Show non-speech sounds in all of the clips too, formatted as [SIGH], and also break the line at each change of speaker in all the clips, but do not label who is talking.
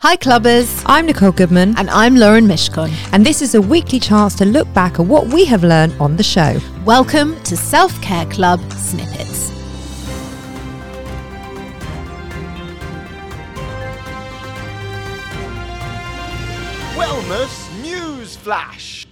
Hi, clubbers.
I'm Nicole Goodman,
And I'm Lauren Mishkon.
and this is a weekly chance to look back at what we have learned on the show.
Welcome to Self Care Club Snippets.
Wellness News Flash.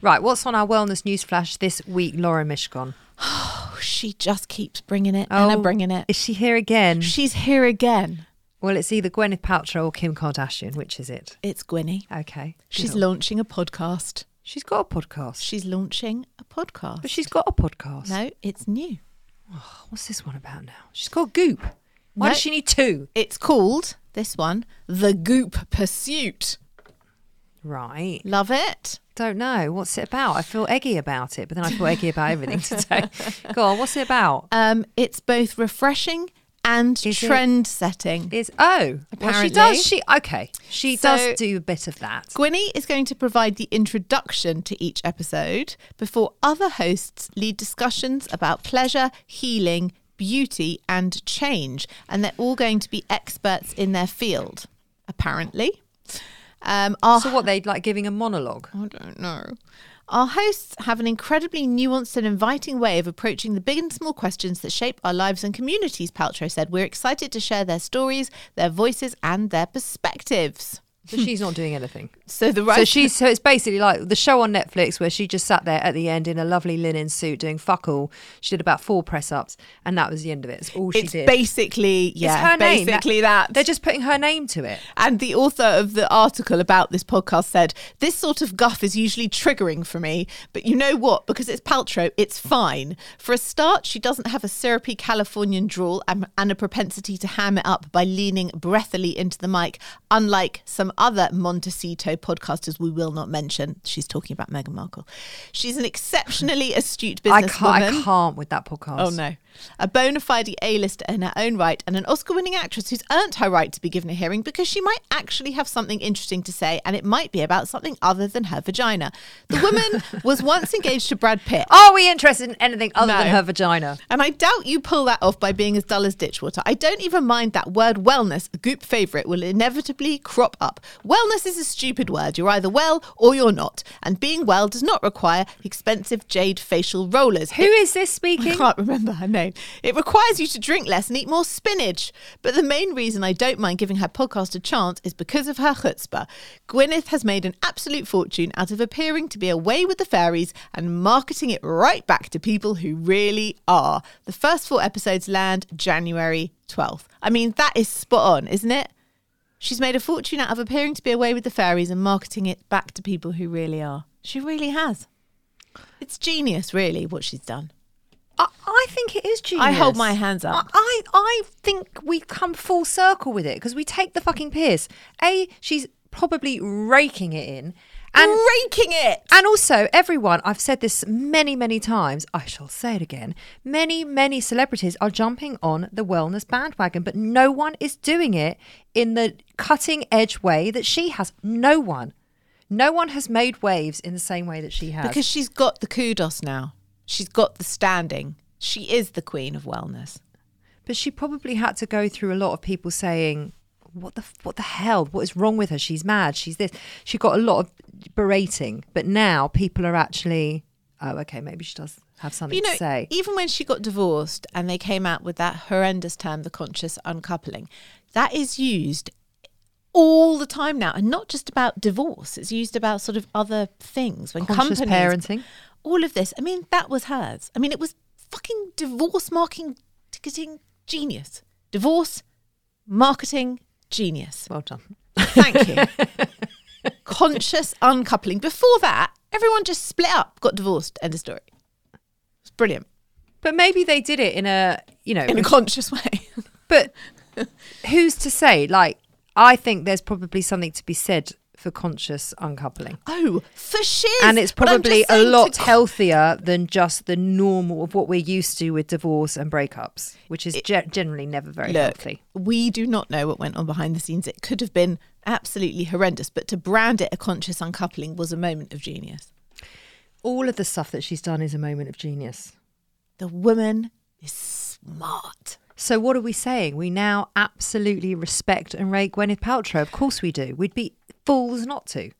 Right, what's on our wellness news flash this week, Laura Mishkon?
Oh, she just keeps bringing it and I'm bringing it.
Is she here again?
She's here again.
Well, it's either Gwyneth Paltrow or Kim Kardashian. Which is it?
It's Gwynny.
Okay.
She's
Good old-
launching a podcast.
she's got a podcast.
She's launching a podcast.
but she's got a podcast. Oh,
no, it's new.
What's this one about now? She's called Goop. Why
No.
does she need two?
It's called this one, The Goop Pursuit.
Right.
Love it.
Don't know. What's it about? I feel eggy about it, but then I feel eggy about [LAUGHS] everything today. Go on. What's it about?
Um, it's both refreshing and
Is it-
trend setting.
Is oh, well, she
Apparently.
does. She okay. She
So-
does do a bit of that.
Gwynny is going to provide the introduction to each episode before other hosts lead discussions about pleasure, healing, beauty, and change. And they're all going to be experts in their field, apparently. Um, our
So what they like giving a monologue.
I don't know. Our hosts have an incredibly nuanced and inviting way of approaching the big and small questions that shape our lives and communities, Paltrow said. We're excited to share their stories, their voices, and their perspectives.
So
[LAUGHS]
she's not doing anything.
So the
So
writer,
she's so it's basically like the show on Netflix where she just sat there at the end in a lovely linen suit doing fuck all. She did about four press ups and that was the end of it. It's all she
it's
did.
basically
It's
yeah,
her name.
basically that.
They're just putting her name to it.
and the author of the article about this podcast said, This sort of guff is usually triggering for me, but you know what? Because it's Paltrow, it's fine. For a start, she doesn't have a syrupy Californian drawl and, and a propensity to ham it up by leaning breathily into the mic, unlike some other Montecito podcasters we will not mention. She's talking about Meghan Markle. She's an exceptionally astute
I
businesswoman.
can't. I can't with that podcast.
Oh no. A bona fide A-lister in her own right and an Oscar-winning actress who's earned her right to be given a hearing because she might actually have something interesting to say and it might be about something other than her vagina. The woman was once engaged to Brad Pitt.
Are we interested in anything other than
No.
her vagina?
And I doubt you pull that off by being as dull as ditchwater. I don't even mind that word wellness, a goop favourite, will inevitably crop up. Wellness is a stupid word. You're either well or you're not. And being well does not require expensive jade facial rollers.
Who is this
I
speaking?
can't remember her name. It requires you to drink less and eat more spinach. But the main reason I don't mind giving her podcast a chance is because of her chutzpah. Gwyneth has made an absolute fortune out of appearing to be away with the fairies and marketing it right back to people who really are. The first four episodes land January 12th. I mean, that is spot on, isn't it? She's made a fortune out of appearing to be away with the fairies and marketing it back to people who really are. She really has. It's genius, really, what she's done.
I, I think it is genius.
I hold my hands up.
I, I, I think we've come full circle with it because we take the fucking piss. A, she's probably raking it in. And
raking it.
And also, everyone, I've said this many, many times, I shall say it again. Many, many celebrities are jumping on the wellness bandwagon, but no one is doing it in the cutting edge way that she has. No one. No one has made waves in the same way that she has.
Because she's got the kudos now. She's got the standing. She is the queen of wellness.
but she probably had to go through a lot of people saying, "What the what the hell? What is wrong with her? She's mad. She's this." She got a lot of berating, but now people are actually, "Oh, okay, maybe she does have something
you know,
to say."
even when she got divorced and they came out with that horrendous term, the conscious uncoupling, that is used all the time now. And not just about divorce, it's used about sort of other things. When
Conscious
companies,
parenting.
All of this. I mean, that was hers. I mean, it was fucking divorce marketing, ticketing genius. Divorce marketing genius.
Well done.
Thank you. [LAUGHS] Conscious uncoupling. Before that, everyone just split up, got divorced. End of story. It's brilliant
But maybe they did [LAUGHS] it in a you know,
in a conscious way.
but who's to say? Like, I think there's probably something to be said for conscious uncoupling.
[LAUGHS] Oh, for shiz.
And it's
But I'm
probably
just
a
saying to
lot
co-
healthier than just the normal of what we're used to with divorce and breakups, which is ge- generally never very
Look,
healthy.
we do not know what went on behind the scenes. It could have been absolutely horrendous, but to brand it a conscious uncoupling was a moment of genius.
All of the stuff that she's done is a moment of genius.
The woman is smart.
So what are we saying? We now absolutely respect and rate Gwyneth Paltrow. Of course we do. We'd be fools not to.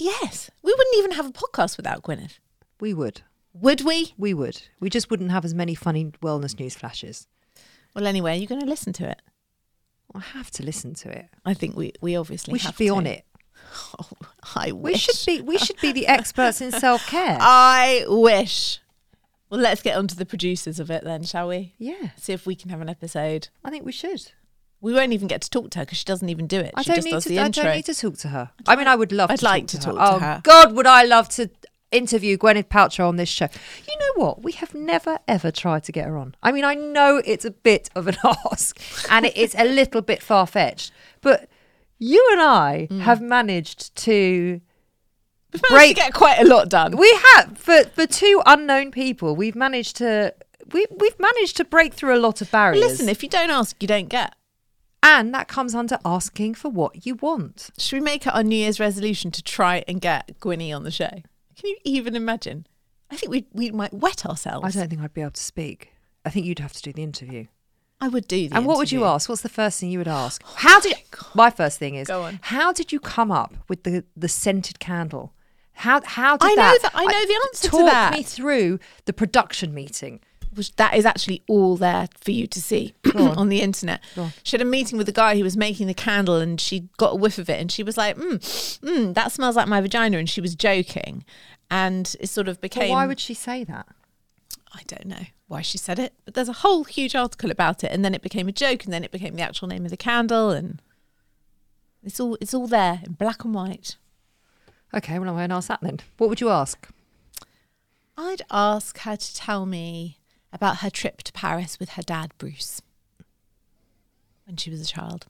Yes, we wouldn't even have a podcast without Gwyneth,
We would.
would we?
We would. We just wouldn't have as many funny wellness news flashes.
Well, anyway, are you going to listen to it?
I have to listen to it.
I think we we obviously
We
have
should be
to.
on it.
Oh, [LAUGHS] I
We
wish.
should be we should be the experts in self-care. [LAUGHS] Uh,
I wish. Well, let's get on to the producers of it then, shall we?
yeah.
See if we can have an episode.
I think we should.
We won't even get to talk to her because she doesn't even do it.
I
she
don't
just
need
does
to
the
I
intro.
don't need to talk to her. I mean I would love
I'd
to
like
talk
to
to,
talk to
her.
her.
Oh god, would I love to interview Gwyneth Paltrow on this show. You know what? We have never ever tried to get her on. I mean, I know it's a bit of an [LAUGHS] ask and it is a little bit far fetched, but you and I
Mm.
have managed to
We've managed
break-
to get quite a lot done.
We have for for two unknown people. We've managed to we we've managed to break through a lot of barriers.
Listen, if you don't ask, you don't get.
and that comes under asking for what you want.
Should we make it our New Year's resolution to try and get Gwynny on the show? Can you even imagine? I think we we might wet ourselves.
I don't think I'd be able to speak. I think you'd have to do the interview.
I would do.
and
The
what would you
interview. Oh
ask? What's the first thing you would ask? How did my first thing is
Go on.
how did you come up with the the scented candle? How how did
I know
that? uh,
that- I know the answer to
talk
that.
me through the production meeting.
which that is actually all there for you to see [CLEARS THROAT] on. the internet. She had a meeting with the guy who was making the candle and she got a whiff of it and she was like, mm, mm, that smells like my vagina. And she was joking. And it sort of
But
became.
why would she say that?
I don't know why she said it, but there's a whole huge article about it. And then it became a joke and then it became the actual name of the candle. And it's all, it's all there in black and white.
Okay, well I won't ask that then. What would you ask?
I'd ask her to tell me about her trip to Paris with her dad, Bruce, when she was a child.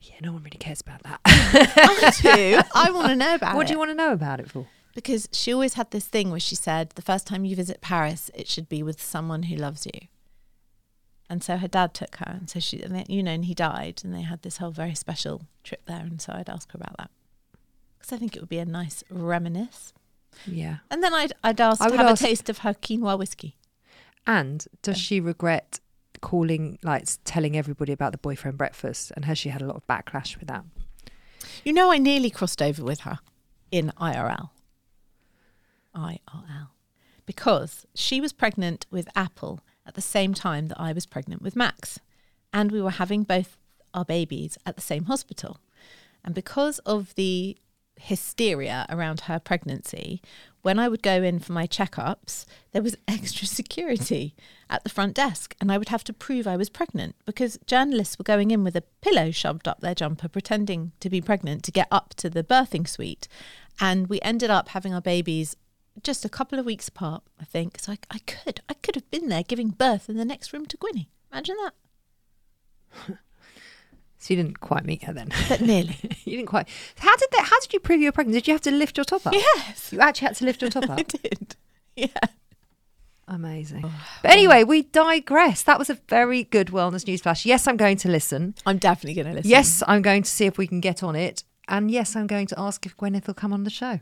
Yeah, no one really cares about [LAUGHS] that.
I do. I want to know about
what
it.
do you want to know about it for?
Because she always had this thing where she said, the first time you visit Paris, it should be with someone who loves you. And so her dad took her, and so she, and they, you know, and he died, and they had this whole very special trip there. And so I'd ask her about that because I think it would be a nice reminisce.
Yeah.
And then I'd I'd ask
I
to
would
have
ask-
a taste of her quinoa whiskey.
And does she regret calling, like s- telling everybody about the boyfriend breakfast? And has she had a lot of backlash with that?
You know, I nearly crossed over with her in IRL. IRL. Because she was pregnant with Apple at the same time that I was pregnant with Max. And we were having both our babies at the same hospital. And because of the hysteria around her pregnancy, when I would go in for my checkups, there was [LAUGHS] extra security at the front desk, and I would have to prove I was pregnant because journalists were going in with a pillow shoved up their jumper, pretending to be pregnant to get up to the birthing suite. And we ended up having our babies just a couple of weeks apart, I think. So I, I could, I could have been there giving birth in the next room to Gwynny. Imagine that.
So you didn't quite meet her then. [LAUGHS]
But nearly.
you didn't quite. How did that? How did you prove you were pregnant? Did you have to lift your top up?
[LAUGHS] yes,
You actually had to lift your top up.
[LAUGHS] I did. Oh, Yeah.
Amazing. But anyway, we digress. That was a very good wellness news flash. Yes, I'm going to listen.
I'm definitely going to listen.
Yes, I'm going to see if we can get on it. And yes, I'm going to ask if Gwyneth will come on the show.